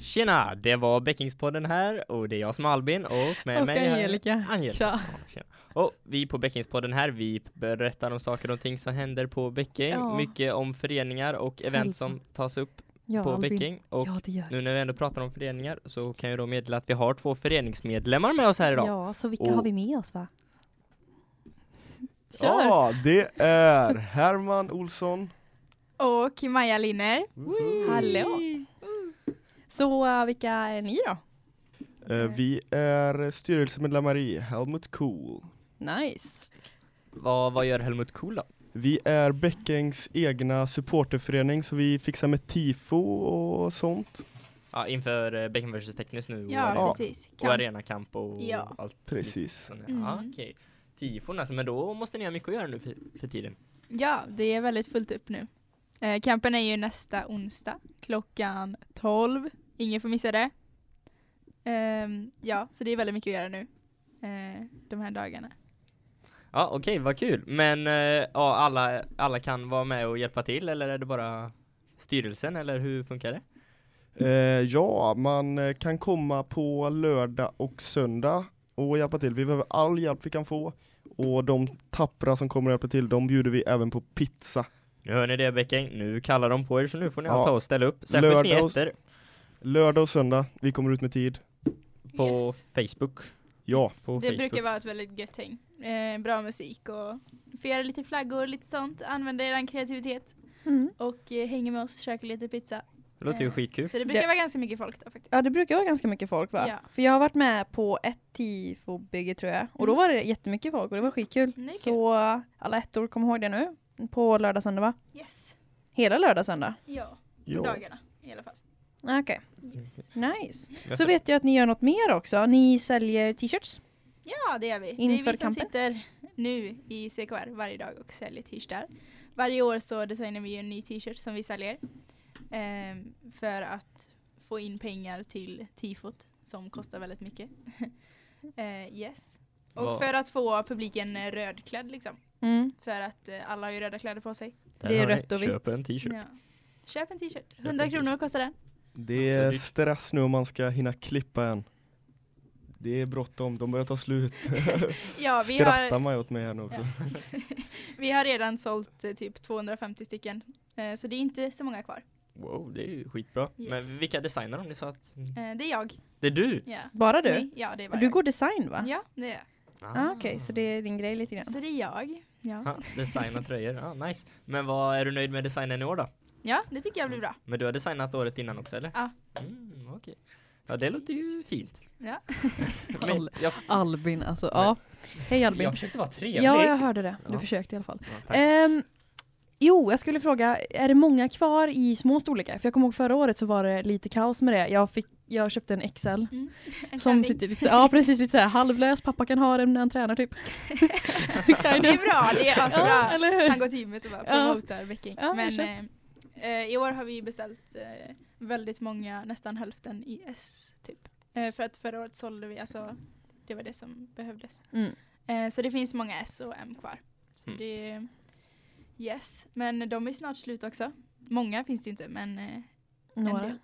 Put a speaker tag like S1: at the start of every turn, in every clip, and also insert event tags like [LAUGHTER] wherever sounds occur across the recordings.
S1: Tjena! Det var Bäckingspodden här och det är jag som är Albin och med
S2: Och
S1: mig här-
S2: Angelica.
S1: Angelica.
S2: Tja.
S1: Tjena. Och vi på Bäckingspodden här, vi berättar om saker och ting som händer på Bäcking.
S2: Ja.
S1: Mycket om föreningar och event som tas upp
S2: Ja,
S1: på
S2: Albin.
S1: Bäcking. Och
S2: ja, det gör vi.
S1: nu när vi ändå pratar om föreningar så kan jag då meddela att vi har två föreningsmedlemmar med oss här idag.
S2: Ja, så vilka
S3: Och-
S2: har vi med oss va? Kör!
S3: Ja, det är Herman Olsson.
S4: Och Maja Linner.
S2: Hallå! Så eh, vilka är ni då?
S3: Eh, Vi är styrelsemedlemmar i Helmut Cool.
S2: Nice!
S1: Vad, vad gör Helmut Kohl då?
S3: Vi är Bäckängs egna supporterförening så vi fixar med tifo och sånt.
S1: Ja, inför eh, Bäcken vs Technus nu och,
S4: Ja,
S1: arena,
S4: precis.
S1: och
S4: Kan.
S1: arenakamp och
S4: Ja.
S1: allt.
S3: Precis.
S1: sånt där.
S4: Mm.
S1: Ja, okej. Tifon alltså, men då måste ni ha mycket att göra nu för, för tiden.
S4: Ja, det är väldigt fullt upp nu. Eh, kampen är ju nästa onsdag klockan 12. Ingen får missa det. Ehm, ja, så det är väldigt mycket att göra nu. Eh, de här dagarna.
S1: Ja okej, vad kul. Men eh, ja, alla, alla kan vara med och hjälpa till eller är det bara styrelsen eller hur funkar det?
S3: Eh, Ja, man eh, kan komma på lördag och söndag och hjälpa till. Vi behöver all hjälp vi kan få och de tappra som kommer och hjälpa till, de bjuder vi även på pizza.
S1: Nu hör ni det Bäcking, nu kallar de på er så nu får ni
S3: Ja.
S1: alla ta och ställa upp. Särskilt ni
S3: Lördag och-
S1: efter
S3: Lördag och söndag, vi kommer ut med tid.
S1: på
S4: Yes.
S1: Facebook.
S3: Ja,
S1: På
S4: Det
S1: Facebook.
S4: brukar vara ett väldigt gött häng. Eh, bra musik och får göra lite flaggor och lite sånt. Använda er kreativitet och eh, hänga med oss, käka lite pizza.
S1: Det låter ju
S4: eh,
S1: skitkul.
S4: Så det brukar
S5: Det-
S4: vara ganska mycket folk då faktiskt.
S5: Ja, det brukar vara ganska mycket folk va?
S4: Ja.
S5: För jag har varit med på ett tifobygge tror jag. Och då
S4: Mm.
S5: var det jättemycket folk och det var skitkul.
S4: Mm, det är
S5: Så alla ettor, kom ihåg det nu. På lördag söndag va?
S4: Yes.
S5: Hela lördag söndag?
S4: Ja, på
S3: ja.
S4: dagarna i alla fall.
S5: Okej,
S1: Mm.
S4: Yes.
S5: nice.
S1: Jag
S5: Så vet jag att ni gör något mer också. Ni säljer t-shirts.
S4: Ja, det gör vi. det
S5: Inför
S4: är vi som
S5: kampen.
S4: sitter nu i CKR varje dag och säljer t-shirtar. Varje år så designar vi ju en ny t-shirt som vi säljer. ehm, för att få in pengar till tifot som kostar väldigt mycket. [LAUGHS] Eh, yes. Och
S1: Vad-
S4: för att få publiken eh, rödklädd liksom.
S5: Mm.
S4: För att eh, alla har ju röda kläder på sig.
S1: Där
S5: det är
S1: hör ni.
S5: rött och vitt.
S1: Köp en t-shirt.
S4: Ja. Köp en t-shirt.
S1: en
S4: 100
S1: t-shirt.
S4: kronor kostar den.
S3: Det
S1: Så
S3: är
S1: det-
S3: stress nu om man ska hinna klippa en. Det är bråttom, de börjar ta slut.
S4: Ja, vi
S3: Skrattar
S4: har,
S3: man ju åt mig här nu också.
S4: vi har redan sålt eh, typ 250 stycken. Eh, så det är inte så många kvar.
S1: Wow, det är ju skitbra.
S4: Yes.
S1: Men vilka designar har ni så att...
S4: Eh, det är jag.
S1: Det är du?
S4: Ja.
S5: Bara
S4: Så
S5: du?
S4: ni- Ja, det är bara
S5: Du
S4: jag.
S5: går design va?
S4: Ja, det är
S5: Ah, Okej, så det är din grej lite
S4: jag.
S5: grann.
S4: Så det är jag. Ja.
S1: Ja, designa tröjor, ja nice. Men vad, är du nöjd med designen i år då?
S4: ja, det tycker jag blir bra.
S1: Men du har designat året innan också eller?
S4: Ja.
S1: Mm, okej. Ja det låter ju fint.
S4: Ja.
S1: [LAUGHS] Men jag,
S2: Albin alltså, ja. Hej Albin.
S1: jag försökte vara trevlig.
S2: Ja, jag hörde det. Du
S1: Ja.
S2: försökte i alla fall.
S1: Ja, tack.
S4: Eh,
S2: Ehm, jo, jag skulle fråga, är det många kvar i små storlekar? För jag kommer ihåg förra året så var det lite kaos med det. Jag, fick, jag köpte en XL.
S4: En
S2: Som
S4: klänning. [LAUGHS]
S2: sitter lite, så- ja precis, lite såhär halvlös, pappa kan ha den när han tränar typ. Kind
S4: Det är
S2: of.
S4: bra, det är
S2: Ja,
S4: asbra.
S2: eller
S4: Han
S2: hur?
S4: går till gymmet och bara
S2: Ja.
S4: promotar Becking.
S2: Ja,
S4: Men
S2: kanske.
S4: eh, eh, i år har vi beställt eh, väldigt många, nästan hälften i S typ. Eh, för att förra året sålde vi, alltså det var det som behövdes.
S5: Mm.
S4: Eh, så det finns många S och M kvar. Så
S1: Mm.
S4: det Yes, men de är snart slut också. Många finns det ju inte, men eh, en
S2: Några.
S4: del.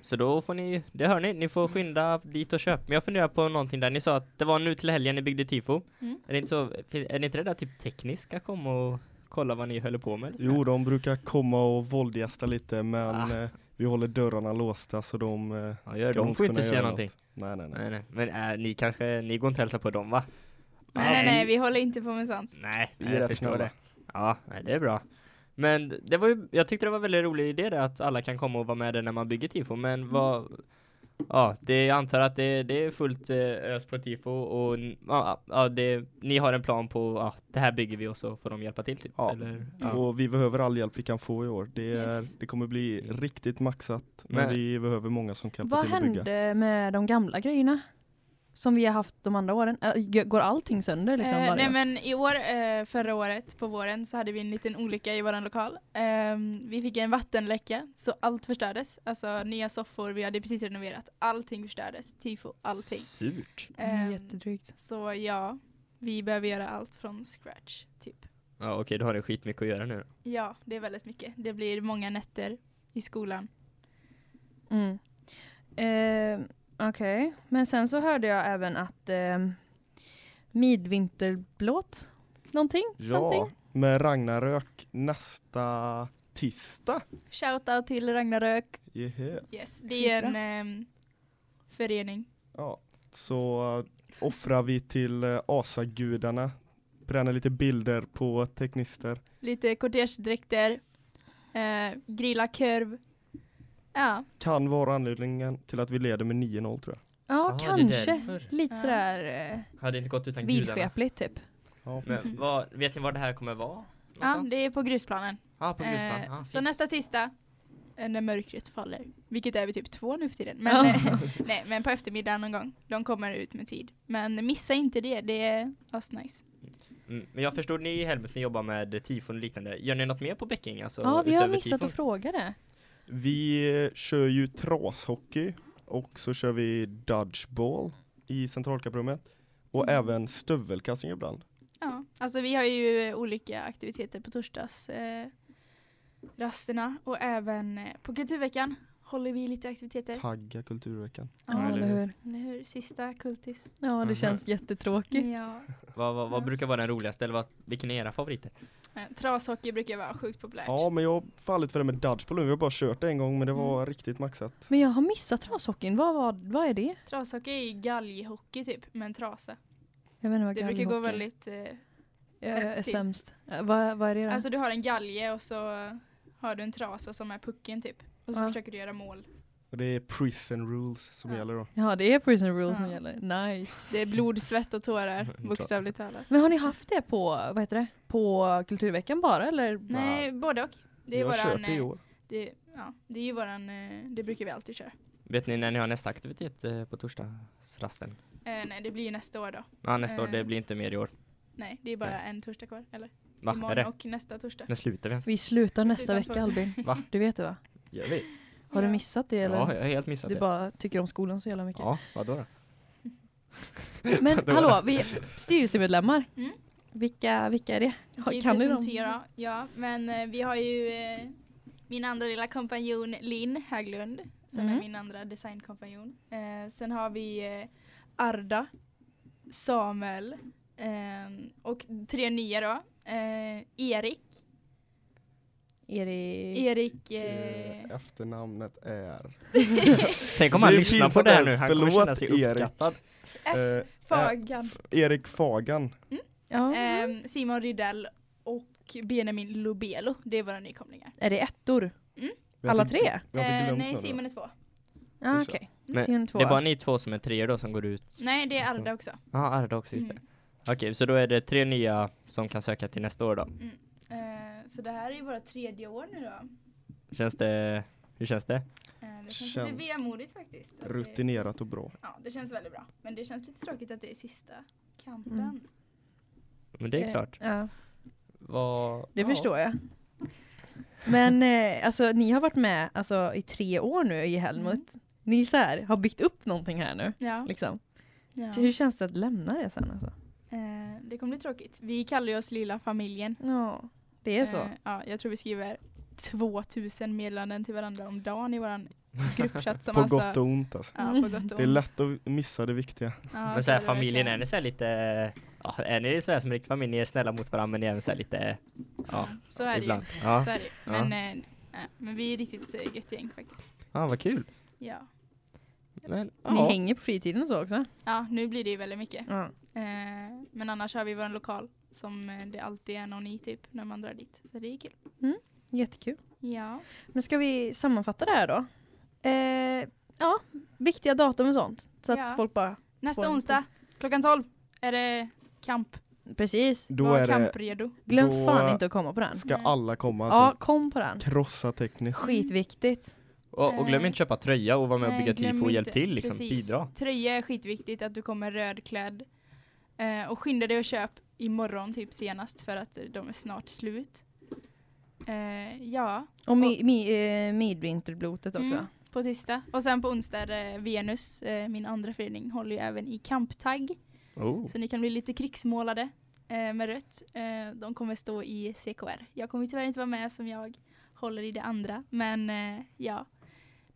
S1: Så då får ni, det hör ni, ni får skynda dit och köpa. Men jag funderar på någonting där, ni sa att det var nu till helgen ni byggde tifo.
S4: Mm.
S1: Är, det inte så, är ni inte rädda att typ tekniskt ska komma och kolla vad ni höll på med? eller så?
S3: Jo, de brukar komma och våldgästa lite men
S1: Ah.
S3: eh, vi håller dörrarna låsta så de eh,
S1: Ja, gör,
S3: ska
S1: de
S3: nog
S1: får
S3: kunna
S1: inte se
S3: göra
S1: någonting.
S3: något. Nej, nej,
S1: Nej,
S3: nej.
S1: nej. Men äh, ni kanske, ni går inte hälsa på dem va?
S4: Nej, nej, nej, vi håller inte på med sånt.
S1: Nej,
S3: Vi
S1: nej
S3: är
S1: jag
S3: rätt
S1: förstår
S3: snälla.
S1: det. Ja, nej, det är bra. Men det var ju, jag tyckte det var en väldigt rolig idé där att alla kan komma och vara med där när man bygger tifo, men vad Ja, det, jag antar att det, det är fullt eh, ös på tifo och n- ja, ja, det, ni har en plan på att det här bygger vi och så får de hjälpa till typ,
S3: Ja.
S1: eller?
S3: Och vi behöver all hjälp vi kan få i år. Det, är,
S4: Yes.
S3: det kommer bli
S1: Mm.
S3: riktigt maxat men
S1: Men-
S3: vi behöver många som kan hjälpa
S2: Vad
S3: till att bygga.
S2: hände med de gamla grejerna? Som vi har haft de andra åren? Äh, g- Går allting sönder liksom?
S4: Eh,
S2: varje
S4: nej
S2: år?
S4: men i år, eh, förra året på våren så hade vi en liten olycka i vår lokal. Eh, vi fick en vattenläcka så allt förstördes. Alltså nya soffor, vi hade precis renoverat. Allting förstördes, tifo, allting.
S1: Surt.
S2: Det är
S4: Eh,
S2: Jättedrygt.
S4: så ja, vi behöver göra allt från scratch typ.
S1: Ja okej, då har ni skitmycket att göra nu då.
S4: Ja, det är väldigt mycket. Det blir många nätter i skolan.
S5: Mm. Eh, Okej, men sen så hörde jag även att eh, midvinterblåt, någonting?
S3: Ja,
S5: Something.
S3: med Ragnarök nästa tisdag.
S5: Shoutout till Ragnarök.
S3: Yeah.
S4: Yes. Det är en ehm, förening.
S3: Ja. Så eh, offrar vi till eh, asagudarna, bränner lite bilder på teknister.
S4: Lite kortegedräkter, eh, grilla korv. Ja,
S3: Kan vara anledningen till att vi leder med 9-0 tror jag.
S5: Ja,
S1: Ah, det är
S5: kanske.
S1: därför.
S5: Lite
S4: Ja.
S5: sådär eh,
S1: Hade inte gått utan gudarna.
S5: vidskepligt typ.
S3: Ja,
S1: Men vad, vet ni var det här kommer vara?
S4: ja det är på grusplanen.
S1: ah, på grusband.
S4: Eh,
S1: Ah,
S4: så
S1: fint.
S4: nästa tisdag eh, när mörkret faller, vilket är vi typ två nu för tiden. Men, eh, [LAUGHS] nej, men på eftermiddagen någon gång. De kommer ut med tid. Men missa inte det, det är asnice.
S1: mm. Men jag förstod ni Helmut, ni jobbar med tifon och liknande. Gör ni något mer på Bäcking? Alltså,
S5: Ja, vi har
S1: utöver
S5: missat
S1: tifon?
S5: att fråga det.
S3: Vi eh, kör ju trashockey och så kör vi dodgeball i centralkapprummet och
S4: Mm.
S3: även stövelkastning ibland.
S4: Ja, alltså vi har ju eh, olika aktiviteter på torsdags eh, rasterna och även eh, på kulturveckan håller vi lite aktiviteter.
S3: Tagga kulturveckan.
S5: Ja, eller hur.
S4: Eller hur? Sista kultis.
S5: Ja, det
S1: Mhm.
S5: känns jättetråkigt.
S4: Ja.
S1: Vad, vad, vad
S4: Ja.
S1: brukar vara den roligaste? Eller vad, vilken är era favoriter?
S4: Eh, Trashockey brukar vara sjukt populärt.
S3: Ja, men jag har fallit för det med dodgeball nu. Vi har bara kört det en gång, men det var
S4: Mm.
S3: riktigt maxat.
S5: Men jag har missat trashockeyn. Vad, vad, vad är det?
S4: Trashockey är ju galghockey typ, men trasa.
S5: Jag vet inte vad
S4: Det brukar gå
S5: gallhockey är.
S4: väldigt... Eh,
S5: Jag är
S4: aktivt.
S5: sämst. Eh, Vad, vad är det då?
S4: Alltså du har en galge och så har du en trasa som är pucken typ. Och så
S5: Ja.
S4: försöker du göra mål.
S3: Och det är prison rules som
S4: Ja.
S3: gäller då.
S5: ja, det är prison rules som
S4: Ja.
S5: gäller. Nice.
S4: Det är blod, svett och tårar, bokstavligt talat.
S5: Men har ni haft det på, vad heter det? På kulturveckan bara eller?
S4: Nej, både och. Det är
S3: jag har
S4: våran,
S3: kört det i
S4: eh,
S3: år.
S4: Det, ja, det är ju våran, eh, det brukar vi alltid köra.
S1: Vet ni när ni har nästa aktivitet eh, på torsdagsrasten?
S4: Eh, nej, det blir ju nästa år då.
S1: Ja, nästa år, det
S4: Eh.
S1: blir inte mer i år.
S4: Nej, det är bara en torsdag kvar. Eller?
S1: Va, är
S4: Imorgon
S1: det?
S4: och nästa torsdag.
S1: När slutar vi ens?
S5: Vi slutar nästa
S4: Slutar
S5: vecka
S4: på-
S5: Albin.
S1: [LAUGHS] Va?
S5: Du vet det va?
S1: Gör vi?
S5: Har du
S4: Ja.
S5: missat det eller?
S1: Ja, jag har helt missat
S5: du
S1: det.
S5: bara tycker om skolan så jävla mycket.
S1: Ja, vadå då? [LAUGHS]
S5: Men
S1: Det var-
S5: hallå, vi styrelsemedlemmar.
S4: Mm.
S5: Vilka, vilka är det? Ja,
S4: Ska vi
S5: kan ni dem?
S4: presentera? Ja, men eh, vi har ju eh, min andra lilla kompanjon Linn Höglund som
S5: Mm.
S4: är min andra designkompanjon. Eh, sen har vi eh, Arda, Samuel eh, och tre nya då. Eh, Erik.
S5: Erik.
S4: Erik
S3: Eh,
S4: eh,
S3: Efternamnet är...
S1: Tänk om han
S3: Det är
S1: lyssnar på
S3: pinsamt
S1: det här nu,
S3: här.
S1: han kommer
S3: Förlåt,
S1: känna sig
S3: Erik.
S1: uppskattad.
S4: F.
S3: Eh,
S4: Fagan,
S3: Erik Fagan.
S5: Ja.
S4: eh, Simon Rydell och Benjamin Lobelo. Det är våra nykomlingar.
S5: Är det ettor?
S3: Vi har
S5: Alla
S3: inte-
S5: tre?
S3: Vi har inte
S4: Eh,
S3: glömt
S4: nej,
S3: några.
S4: Simon är två.
S5: Ah,
S3: Just det.
S5: Okej.
S1: Men
S5: Sin två.
S1: Det är bara ni två som är tre då som går ut?
S4: Nej, det är
S1: Alltså.
S4: Arda också.
S1: Ja, ah, Arda också, just det.
S4: Mm.
S1: Okej, så då är det tre nya som kan söka till nästa år då.
S4: Eh, så det här är ju våra tredje år nu då.
S1: Känns det, hur känns det?
S4: Eh, Det känns,
S3: Känns-
S4: lite vemodigt faktiskt. att Det,
S3: Rutinerat och bra.
S4: ja, det känns väldigt bra. Men det känns lite tråkigt att det är sista kampen.
S5: Mm.
S1: Men det är
S5: Eh,
S1: klart.
S5: Ja,
S1: Vad...
S5: det förstår jag. Men eh, alltså ni har varit med alltså, i tre år nu i Helmut. Ni så här, har byggt upp någonting här nu.
S4: Mm. Ja,
S5: Liksom.
S4: ja.
S5: Hur känns det att lämna det sen alltså?
S4: Eh, det kommer bli tråkigt. Vi kallar ju oss Lilla familjen.
S5: Ja, det är så.
S4: Eh, ja, jag tror vi skriver 2000 meddelanden till varandra om dagen
S3: [LAUGHS]
S4: i våran gruppchatt. Som
S3: På
S4: alltså,
S3: gott och ont alltså.
S4: Ja, på gott och
S3: Det är
S4: ont.
S3: lätt att missa det viktiga.
S4: Ja,
S1: Men såhär
S4: det
S1: familjen, är
S4: verkligen.
S1: ni såhär lite, ja, är ni såhär som riktig familj? Ni är snälla mot varandra men ni är även såhär lite, ja,
S4: Så är det ju.
S1: ibland. Ja,
S4: Så är det ju.
S1: Ja.
S4: Men, eh, nej, men vi är riktigt eh, gött gäng faktiskt.
S1: ah, vad kul.
S4: Ja.
S1: Men,
S5: Ni
S1: ja.
S5: hänger på fritiden och så också.
S4: ja, nu blir det ju väldigt mycket.
S5: Ja.
S4: Eh, men annars har vi vår lokal som eh, det alltid är någon i typ när man drar dit. Så det är kul.
S5: Jättekul.
S4: Ja.
S5: Men ska vi sammanfatta det här då? Eh, ja, viktiga datum och sånt. Så att
S4: Ja.
S5: folk bara,
S4: Nästa
S5: Form-
S4: onsdag klockan 12 är det kamp.
S5: precis.
S3: Då
S4: Var
S3: är det,
S4: kampredo.
S5: Glöm
S3: Då-
S5: fan inte att komma på den.
S3: ska
S4: Nej.
S3: alla komma
S5: Ja,
S3: alltså.
S5: kom på den.
S3: Krossa tekniskt.
S5: Skitviktigt.
S1: Och, och glöm
S4: Eh,
S1: inte köpa tröja och vara med och
S4: Nej,
S1: bygga
S4: glöm
S1: tifo och hjälp
S4: inte-
S1: till liksom,
S4: precis.
S1: bidra.
S4: Tröja är skitviktigt att du kommer rödklädd. Eh, och skynda dig och köp imorgon typ senast för att de är snart slut. Eh, ja,
S5: Och mi, mi, eh, midvinterblotet också.
S4: Mm. på tisdag. Och sen på onsdag är det Venus, eh, min andra förening, håller ju även i kamptagg.
S1: Oh.
S4: Så ni kan bli lite krigsmålade eh, med rött. Eh, de kommer stå i CKR. Jag kommer tyvärr inte vara med eftersom jag håller i det andra. Men eh, ja,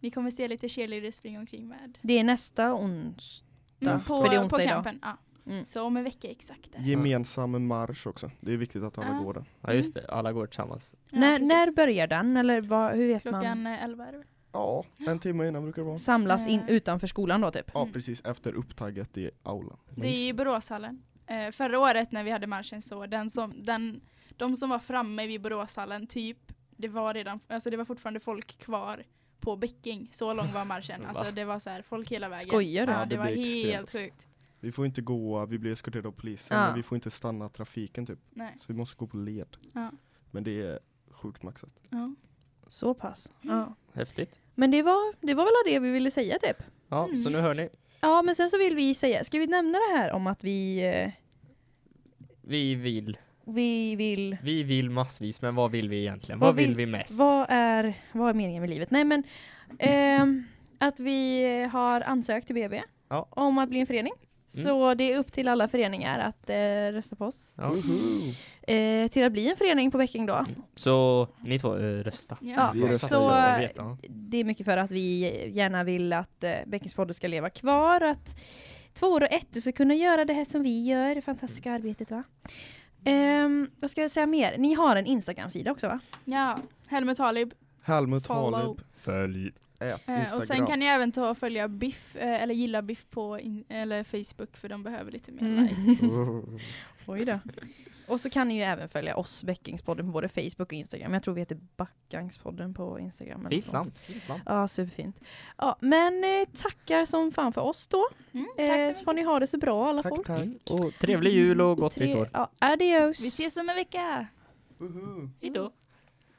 S4: Ni kommer se lite cheerleaders springa omkring med.
S5: Det är nästa ons...
S4: Mm,
S5: Onsdag. För det är onsdag
S4: på
S5: idag.
S4: campen, ja.
S5: Mm.
S4: Så om en vecka exakt. Där.
S3: Gemensam marsch också. Det är viktigt att alla
S4: Ja.
S3: går den.
S1: Ja just det, alla går tillsammans.
S4: Ja,
S5: när,
S4: precis.
S5: när börjar den? Eller vad, hur vet man?
S4: Klockan eh, 11 är det väl?
S3: Ja, en timme innan brukar det vara.
S5: Samlas in
S4: Eh.
S5: utanför skolan då typ?
S3: Ja,
S4: Mm.
S3: precis efter upptagget i aulan.
S4: Det är i Boråshallen. Eh, förra året när vi hade marschen så, den som, den, de som var framme vid Boråshallen typ, det var redan, alltså det var fortfarande folk kvar på Bäcking. Så lång var marschen.
S1: Va?
S4: Alltså det var så här, folk hela vägen.
S5: Skojar du?
S4: Ja,
S3: Ja,
S4: det, typ.
S3: det
S4: var
S3: blir
S4: helt
S3: extremt.
S4: sjukt.
S3: Vi får inte gå, vi blir eskorterade av polisen,
S5: Ja.
S3: men vi får inte stanna trafiken typ.
S4: Nej.
S3: Så vi måste gå på led.
S4: Ja.
S3: Men det är sjukt maxat.
S4: Ja.
S5: Så pass.
S4: Mm.
S5: Ja.
S1: Häftigt.
S5: Men det var, det var väl det vi ville säga typ.
S1: Ja,
S4: Mm.
S1: så nu hör ni.
S5: Ja, men sen så vill vi säga, ska vi nämna det här om att vi, eh,
S1: Vi vill,
S5: vi vill,
S1: vi vill massvis, men vad vill vi egentligen?
S5: Vad
S1: Vad vill
S5: vill-
S1: vi mest?
S5: vad är, vad är meningen med livet? Nej men, ehm, att vi har ansökt till BB
S1: Ja.
S5: om att bli en förening. Så det är upp till alla föreningar att eh, rösta på oss.
S1: Ja.
S5: Eh, till att bli en förening på Bäcking då.
S1: Mm. Så ni två, eh, rösta.
S4: Ja.
S3: Vi röstar.
S5: Så-
S1: jag vet, ja.
S5: Det är mycket för att vi gärna vill att eh, Bäckingspodden ska leva kvar, att tvåor och ettor ska kunna göra det här som vi gör, det fantastiska arbetet va? Ehm, vad ska jag säga mer? Ni har en Instagram-sida också va?
S4: ja. Helmut Halib.
S3: Helmut
S4: Follow.
S3: Halib,
S1: Följ.
S3: ät
S4: Eh, och sen
S3: Instagram.
S4: kan ni även ta och följa Biff, eh, eller gilla Biff på in- eller Facebook för de behöver lite mer
S5: Mm.
S4: likes.
S5: Oj då. Och så kan ni ju även följa oss, Bäckingspodden, på både Facebook och Instagram. Jag tror vi heter Backangspodden på Instagram. eller
S1: Fint
S5: något
S1: namn.
S5: sånt.
S1: Fint namn.
S5: Ja, superfint. Ja, men eh, tackar som fan för oss då.
S4: Mm,
S5: Eh,
S4: tack
S5: så
S4: så
S5: får
S4: mycket.
S5: ni ha det så bra alla folk.
S1: Mm. Och trevlig jul och gott nytt
S5: Tre,
S1: år.
S5: ja, adios.
S4: Vi ses om en vecka!
S3: Woohoo.
S1: Hejdå.